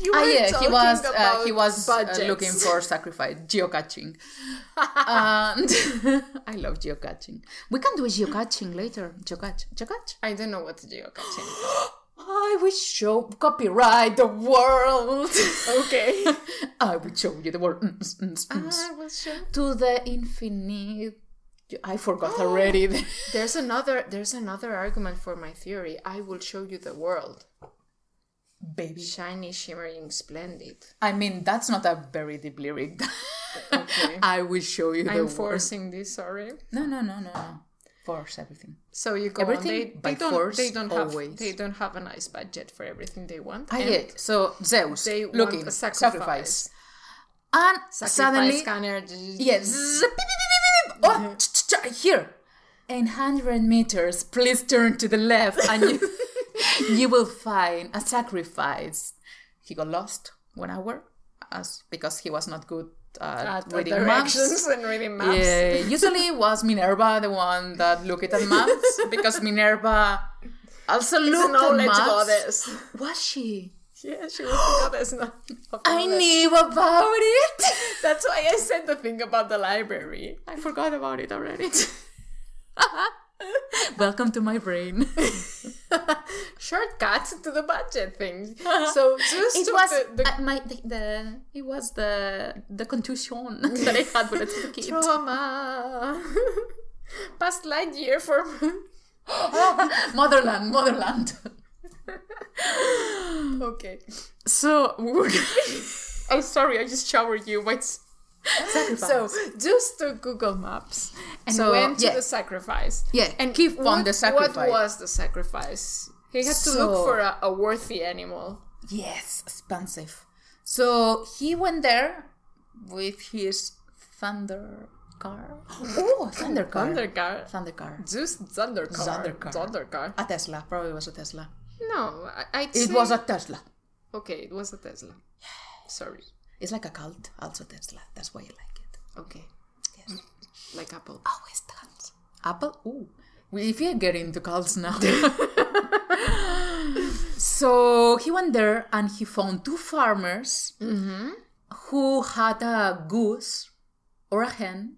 You Ah, were yeah, he talking was uh, about he was uh, budgets. looking for sacrifice geocaching. and I love geocaching. We can do a geocaching later. Geocache, geocache. I don't know what to do. Okay. I will show copyright the world. okay. I will show you the world Mm, mm, mm, mm. I will show. to the infinite. I forgot already. There's another there's another argument for my theory. I will show you the world. Baby. Shiny, shimmering, splendid. I mean, that's not a very deep lyric. Okay. I will show you the I'm world. forcing this, sorry. No, no, no, no, no. Force everything. So you go Everything on. They, by they don't, force, they don't always. have they don't have a nice budget for everything they want. Ah, and yeah. So Zeus They looking want a sacrifice. sacrifice. and Sacrifice Mm-hmm. suddenly scanner. yes, zip, beep, beep, beep, beep, beep. Mm-hmm. oh ch- ch- ch- here, in hundred meters, please turn to the left, and you you will find a sacrifice. He got lost one hour, as because he was not good at, At the reading maps. directions and reading maps. Yeah, usually it was Minerva the one that looked at maps because Minerva also The looked at knowledge maps. goddess. Was she? Yeah, she was the goddess. Not of I knowledge. knew about it. That's why I said the thing about the library. I forgot about it already. Welcome to my brain. Shortcut to the budget thing. So just Uh-huh. It took was the, the uh, my the, the it was the the contusion that I had when I was a kid. trauma. Past light year for Motherland, motherland. okay. Oh, So we were. I'm sorry, I just showered you. Wait. So just to Google Maps and So, went to yeah. the sacrifice. Yeah, and he found what, the sacrifice. What was the sacrifice? He had to look So- for a, a worthy animal. Yes, expensive. So he went there with his thunder car. Oh, thunder car. Thundercar. Thunder car. Zeus Thundercar. Thundercar. Thundercar. A Tesla. Probably was a Tesla. No, I, I'd It say- was a Tesla. Okay, it was a Tesla. Sorry. It's like a cult, also Tesla. That's why I like it. Okay. Yes. Like Apple. Always cult. Apple? Ooh. We- If you get into cults now. so he went there and he found two farmers Mm-hmm. who had a goose or a hen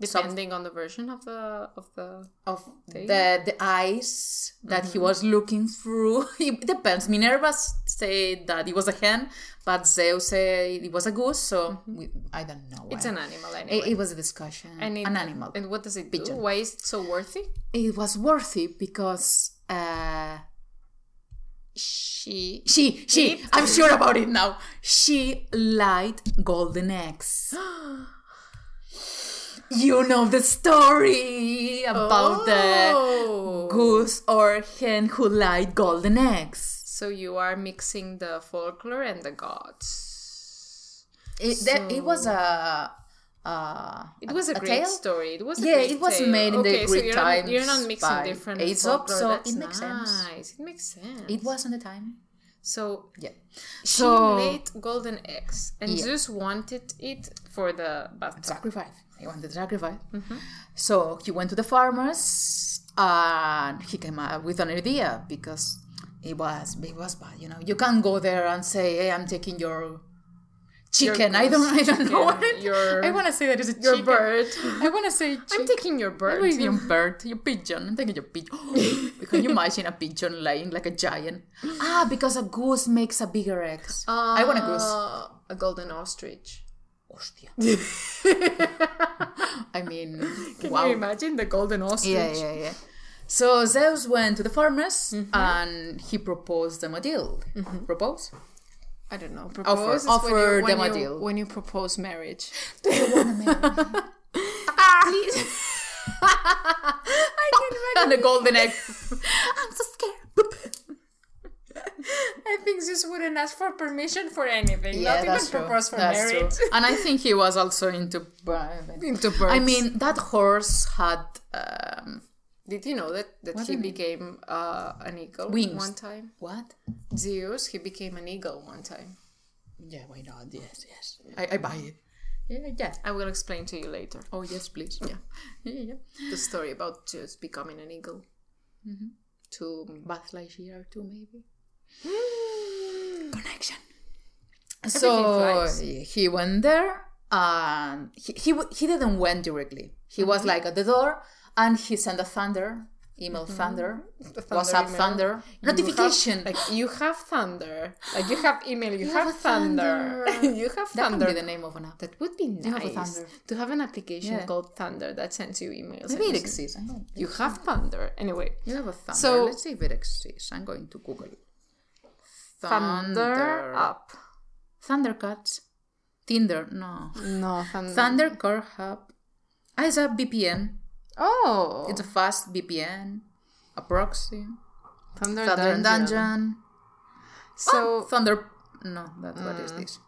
Depending on the version of the of the of the the eyes that Mm-hmm. he was looking through. It depends. Minerva s- said that it was a hen, but Zeus said it was a goose. So we, I don't know. Mm-hmm. It's why. an animal anyway. It, it was a discussion. And it- an animal. And what does it Pigeon. do? Why is it so worthy? It was worthy because uh, She she she I'm sure about it now. She lied golden eggs. you know the story about the Oh. goose or hen who laid golden eggs. So you are mixing the folklore and the gods. It, that- it was a. Uh, It was a a, great tale? story. It was a Yeah, great it was tale. made in the okay, so Greek you're Not, you're times not mixing by different Aesop, folklore. so That's it makes sense. nice. It makes sense. it was on the time. So Yeah. she So- made golden eggs, and Yeah. Zeus wanted it for the bathtub. sacrifice. He wanted to sacrifice. Mm-hmm. So he went to the farmers and he came up with an idea because it was it was bad. You know, you can't go there and say, "Hey, I'm taking your chicken." I don't, I don't know chicken, what. your- I want to say that it's a Your chicken. bird. I want to say chicken. I'm taking your bird. Wait, your bird, your pigeon. I'm taking your pigeon. Can you imagine a pigeon lying like a giant? Ah, because a goose makes a bigger egg. I want a goose. Uh, a golden ostrich. Hostia. I mean, Can wow. you imagine the golden ostrich? Yeah, yeah, yeah. So Zeus went to the farmers Mm-hmm. and he proposed them a deal. Propose? I don't know. Offer- Propose is offer when you, when them a you- deal. when you propose marriage. And a golden egg. I'm so scared. I think Zeus wouldn't ask for permission for anything. Yeah, not that's true. even propose for That's true. marriage. And I think he was also into. birds. Into I birds. mean, that horse had um, Did you know that, that he Wasn't it? became uh, an eagle Wings. one time? what? Zeus, he became an eagle one time. Yeah, why not? Yes, yes. I, I buy it. Yeah, yeah. I will explain to you later Oh yes, please. Yeah, yeah, yeah. the story about Zeus becoming an eagle. Mm-hmm. To Buzz Lightyear too, maybe. Connection. So flies. he went there, and he, he w- he didn't went directly. He was Mm-hmm. like at the door, and he sent a thunder email, thunder, WhatsApp, Mm-hmm. email. thunder notification. You have, like you have thunder. Like you have email. You, have, thunder. you have that thunder. can be the name of an app. That would be have a nice Thunder. to have an application Yeah. called Thunder that sends you emails. Maybe it and- exists. I don't know. You have Thunder anyway. You have a thunder. So- let's see if it exists. I'm going to Google. Thunder up. Thundercats. Tinder. No. No Thunder. Thunder Core Hub. Ah, it's a VPN. Oh, It's a fast VPN, a proxy, Thunder, Oh, Thunder Dungeon. Oh. So Thunder. No, that what is this?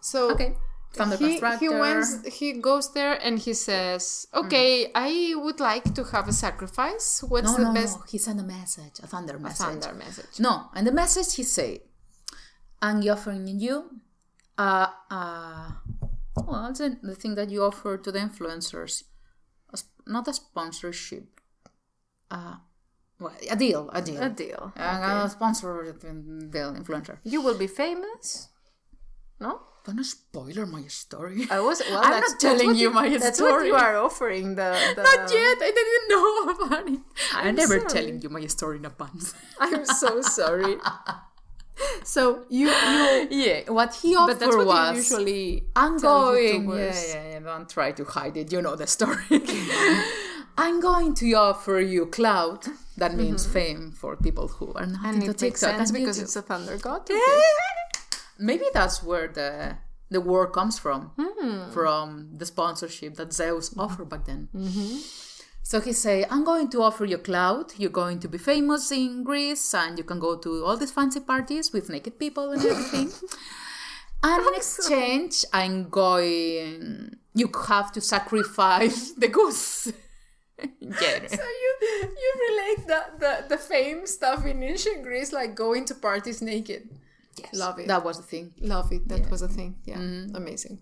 so Okay. Thunder he, he Constructor. went he goes there and he says okay i would like to have a sacrifice what's No, the no, best no. He sent a message, a Thunder message. thunder message No, and the message he said, "I'm offering you, uh, uh, well, the, the thing that you offer to the influencers, a sp- not a sponsorship, uh, well, a deal, a deal, a deal I'm gonna sponsor the the influencer." you will be famous no Don't spoiler my story. i was well I'm that's, not telling that's what you my that's what story. you are offering the, the Not yet. I didn't know about it. I'm, I'm never sorry. telling you my story in advance. i'm so sorry so you you yeah, what he but offered that's what was. you usually I'm tell going. Yeah, YouTubers. yeah, yeah. Don't try to hide it. You know the story. I'm going to offer you clout. That means fame for people who are not and into it makes TikTok sense Mm-hmm. and because YouTube. it's a thunder god Maybe that's where the the word comes from, Hmm. from the sponsorship that Zeus offered back then. Mm-hmm. So he say, "I'm going to offer you clout. You're going to be famous in Greece, and you can go to all these fancy parties with naked people and everything. and in exchange, I'm going. You have to sacrifice the goose." yeah. So you you relate the, the, the fame stuff in ancient Greece, like going to parties naked. Love it. That was the thing. Love it. That was a thing. Yeah. Mm-hmm. Mm. Amazing.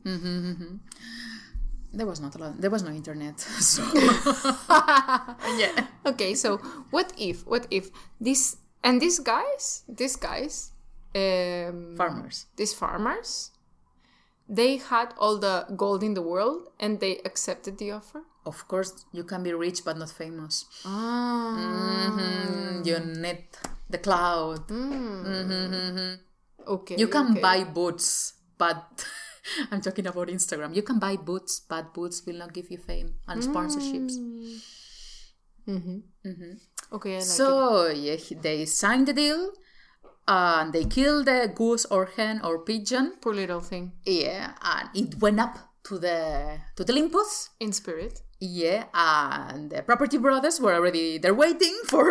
There was not a lot. There was no internet. So yeah. Okay, so what if what if this and these guys these guys um Farmers. these farmers they had all the gold in the world and they accepted the offer? Of course, you can be rich but not famous. Ah Mm, you need the cloud. Mm, okay. You can Mm, okay. buy boots, but I'm talking about Instagram. You can buy boots, but boots will not give you fame and sponsorships. Mm. Okay, I like it. so yeah, he- they signed the deal, uh, and they killed the goose or hen or pigeon. poor little thing. Yeah, and it went up to the to the Olympus. In spirit. Yeah, and the property brothers were already they're waiting for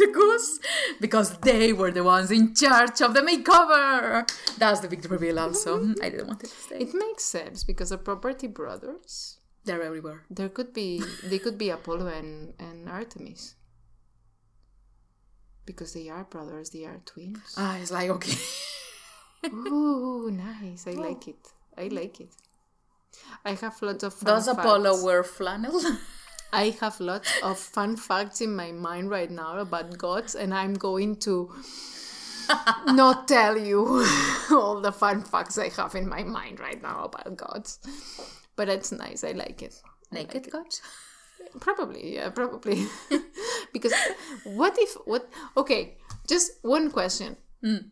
the goose because they were the ones in charge of the makeover. That's the big reveal also. I didn't want it to stay. It makes sense because the property brothers They're everywhere. There could be they could be Apollo and, and Artemis. because they are brothers, they are twins. Ah, it's like okay. Ooh, nice. Oh. I like it. I like it. I have lots of fun Does facts. Apollo wear flannel? I have lots of fun facts in my mind right now about gods, and I'm going to not tell you all the fun facts I have in my mind right now about gods. But it's nice. I like it. Naked god. Probably, yeah, probably. because what if what? Okay, just one question.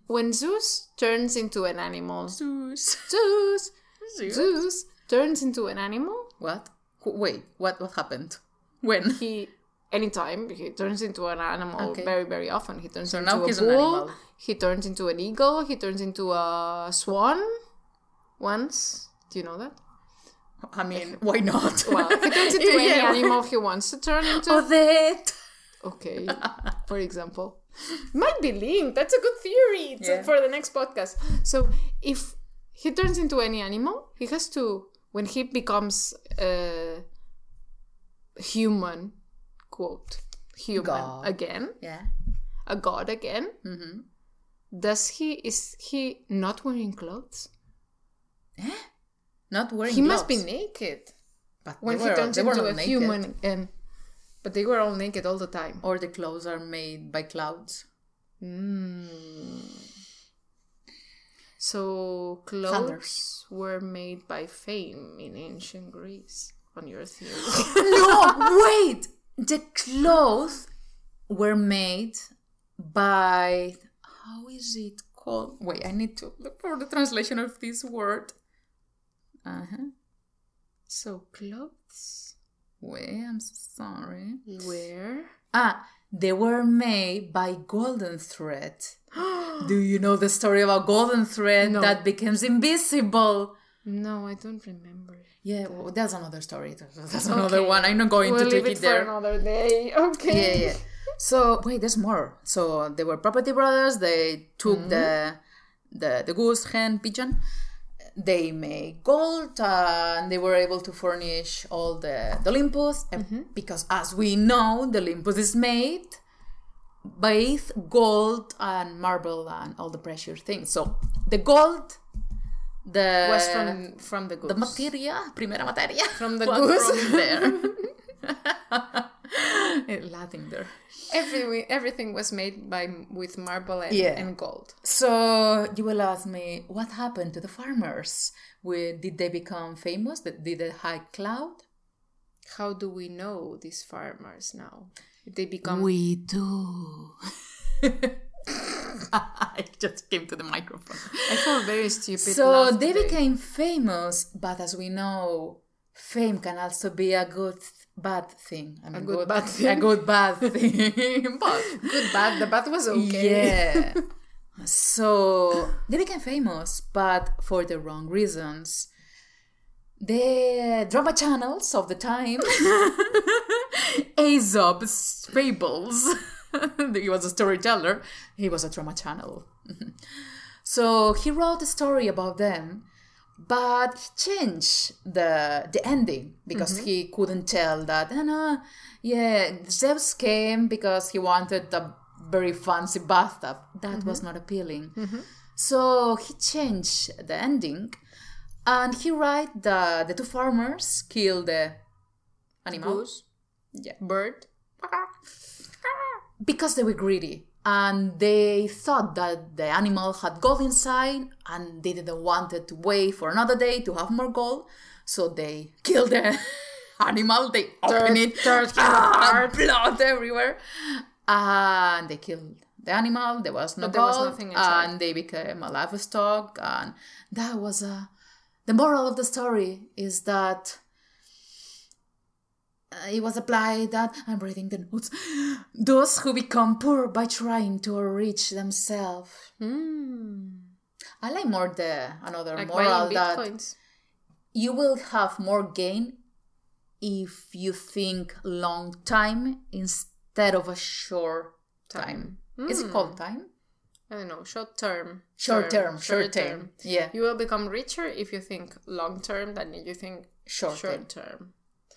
When Zeus turns into an animal, Zeus. Zeus, Zeus. Zeus turns into an animal. What? Wh- Wait. What? What happened? When? he anytime he turns into an animal Okay. very very often he turns into now a he's an bull animal. he turns into an eagle he turns into a swan once do you know that I mean, why not? well he turns into any Yeah. animal he wants to turn into Oh, that. okay for example might be linked that's a good theory to- Yeah. for the next podcast so if he turns into any animal he has to when he becomes uh, human quote human God. again Yeah. a god again Mm-hmm. does he is he not wearing clothes Not wearing. he must be gloves. naked But they when were- he turns they were into not a naked. human again but they were all naked all the time Or the clothes are made by clouds. so clothes Thunders. were made by fame in ancient greece on your theory no, wait. The clothes were made by how is it called? Wait, I need to look for the translation of this word. Uh huh. so clothes Wait, I'm sorry. were Ah, they were made by golden thread. Do you know the story about golden thread No. that becomes invisible? no i don't remember Yeah, well, that's another story. That's another Okay. one. I'm not going we'll to leave take it it for there. another day yeah, okay yeah. So wait, there's more. So they were property brothers. They took the Mm-hmm. the the goose, hen, pigeon. They made gold, uh, and they were able to furnish all the, the Olympus. And Mm-hmm. Because as we know, the Olympus is made with gold and marble and all the precious things. So the gold, the was from from the goose the materia, primera materia From the was goose. from there. In Latin there. Every, everything was made by with marble and, Yeah. and gold. So you will ask me what happened to the farmers? Where, did they become famous? Did did they hike cloud? How do we know these farmers now? They become We do. I just came to the microphone. I feel very stupid. So laugh they today. became famous, but as we know, fame can also be a good th- bad thing. I mean, good bad a good bad thing. Both. good bad. The bad was okay. Yeah. so they became famous, but for the wrong reasons. The drama channels of the time, Aesop's fables. he was a storyteller. He was a drama channel. so he wrote a story about them, but he changed the the ending because he couldn't tell that. "Ah, no, yeah, Zeus came because he wanted a very fancy bathtub. That was not appealing. So he changed the ending, and he write the the two farmers kill the animal Goose, Yeah. bird. because they were greedy and they thought that the animal had gold inside and they didn't want it to wait for another day to have more gold so they killed the animal they opened it dirt, ah, blood everywhere and they killed the animal there was no But there gold was nothing inside. and they became a livestock and that was a the moral of the story is that uh, it was applied that I'm reading the notes. Those who become poor by trying to enrich themselves. I like more the another Like Hmm. moral buying that bitcoins. you will have more gain if you think long time instead of a short time. Is it called time? Hmm. I don't know. Short term. Short term, short term. Yeah, You will become richer if you think long term than if you think Short Hmm. short term. Hmm.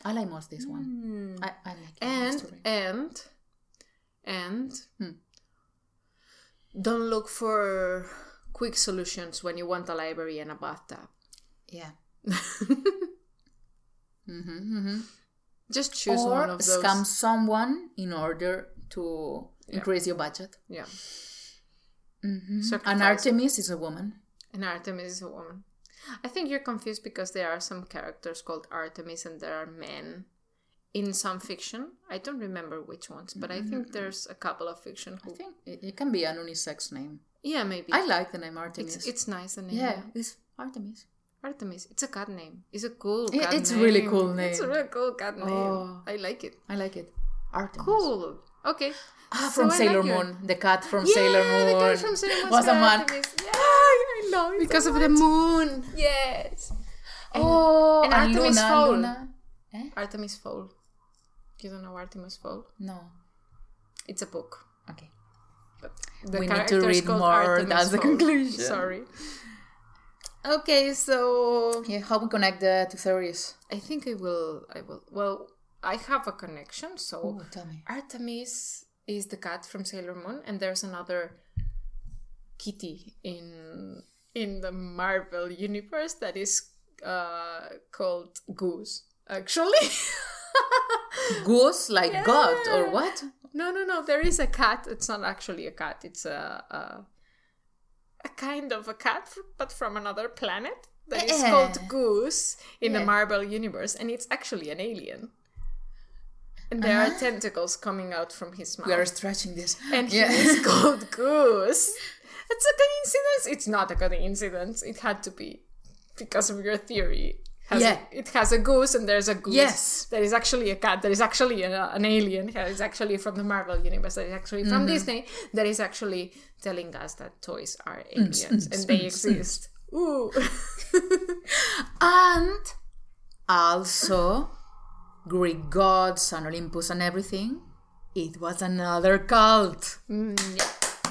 I like most this one. I, I like it, and sorry. and and don't look for quick solutions when you want a library and a bathtub. Yeah. Just choose one or of those. scam someone in order to increase your budget. Yeah. And Sacrifice. Artemis is a woman. And Artemis is a woman. I think you're confused because there are some characters called Artemis and there are men in some fiction. I don't remember which ones, but I think there's a couple of fiction Mm-hmm. I who. think it, it can be an unisex name. Yeah, maybe. I like the name Artemis. it's, it's nice the name. yeah, yeah. it's Artemis. Artemis. It's a cat name. It's a cool I- cat it's a really name. cool It's a name. really cool cat name. Oh. I like it. I like it. Artemis. Cool. Okay. Ah, So from I like Sailor your- Moon. The cat from Yeah, Sailor Moon. the cat from Sailor Moon was a man. Yeah, I love it. Because of the moon. Yes. Oh, and and, Artemis Luna, Fowl. Luna. Artemis Fowl. You don't know Artemis Fowl? No. It's a book. Okay. The We need to character's read called more. Artemis That's the Fowl. conclusion. Sorry. Okay, so Yeah, how we connect the two theories? I think I will. I will. Well, I have a connection. So Oh, tell me. Artemis is the cat from Sailor Moon, and there's another kitty in in the Marvel universe that is uh, called Goose. Actually, Goose like God or what? no, no, no. There is a cat. It's not actually a cat. It's a a, a kind of a cat, f- but from another planet that is Eh. called Goose in the Yeah. Marvel universe, and it's actually an alien. And there Uh-huh. are tentacles coming out from his mouth. We are stretching this. and he Yeah. is called Goose. It's a coincidence. It's not a coincidence. It had to be because of your theory. Has- Yeah. It has a goose and there's a goose. Yes. That is actually a cat. That is actually a, an alien. That is actually from the Marvel universe. That is actually from Disney. That is actually telling us that toys are aliens and they exist. Ooh. and also Greek gods and Olympus and everything. It was another cult.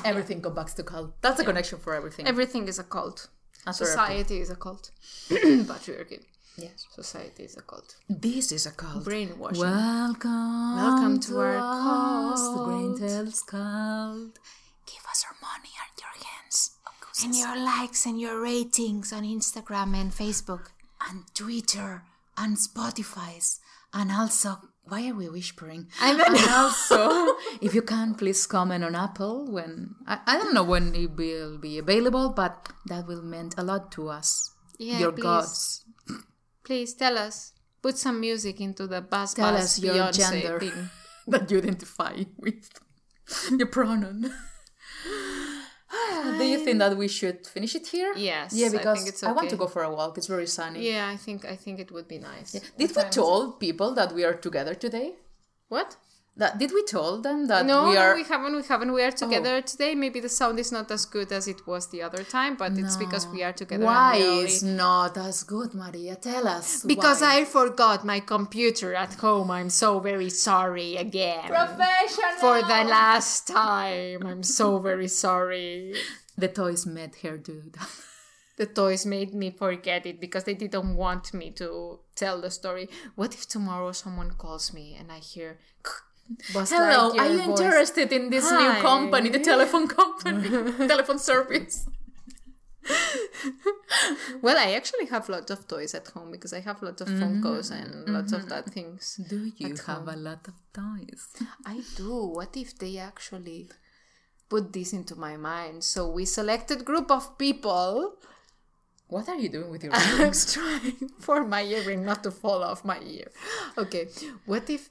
Everything goes back to cult. That's the connection for everything. Everything is a cult. And for Society is a cult. Patriarchy. Yes. Society is a cult. This is a cult. Brainwashing. Welcome. Welcome to our us, The Green cult. Tails cult. Give us your money and your hands. And your likes and your ratings on Instagram and Facebook. And Twitter and Spotify's. And also, why are we whispering? I don't and also, if you can, please comment on Apple when I, I don't know when it will be available, but that will mean a lot to us. Yeah, your please. gods. Please tell us. Put some music into the buzz Tell buzz us your Beyonce gender thing. that you identify with. your pronoun. Do you think that we should finish it here? Yes, I Yeah, think because I, it's want to okay. go for a walk. It's very sunny. Yeah, I think I think it would be nice. Did we tell people that we are together today? What? That did we tell them that No, Uh, we are Oh. no, we haven't. We haven't. We are together today. Maybe the sound is not as good as it was the other time, but it's because we are together. and Why we only- is not as good, Maria? Tell us. Because I forgot my computer at home. I'm so very sorry again. professional For the last time. I'm so very sorry. the toys made her do that. the toys made me forget it because they didn't want me to tell the story. What if tomorrow someone calls me and I hear Buzz Hello, Lightyear are you voice? interested in this new Hi. company, the telephone company, telephone service? Well, I actually have lots of toys at home because I have lots of phone calls and lots of that things. Do you have a lot of toys? I do. What if they actually put this into my mind? So we selected group of people. What are you doing with your? I was trying for my earring not to fall off my ear. Okay, what if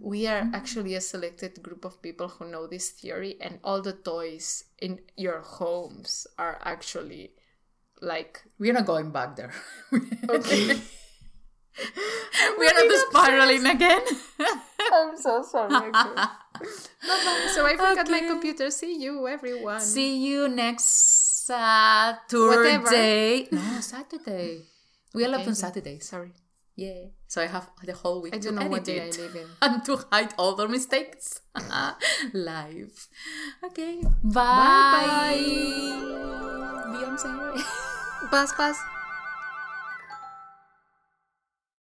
we are actually a selected group of people who know this theory and all the toys in your homes are actually like We're not going back there. okay. we are not spiraling again. I'm so sorry. okay. Bye-bye. So I forgot my Okay. computer. See you, everyone. See you next Saturday. No, Saturday. We are love on Saturdays. Sorry. Yeah. So I have the whole week I to don't know what edit day I it live in. and to hide all the mistakes live. Okay. Bye. Bye-bye. Beyonce. Buzz, buzz.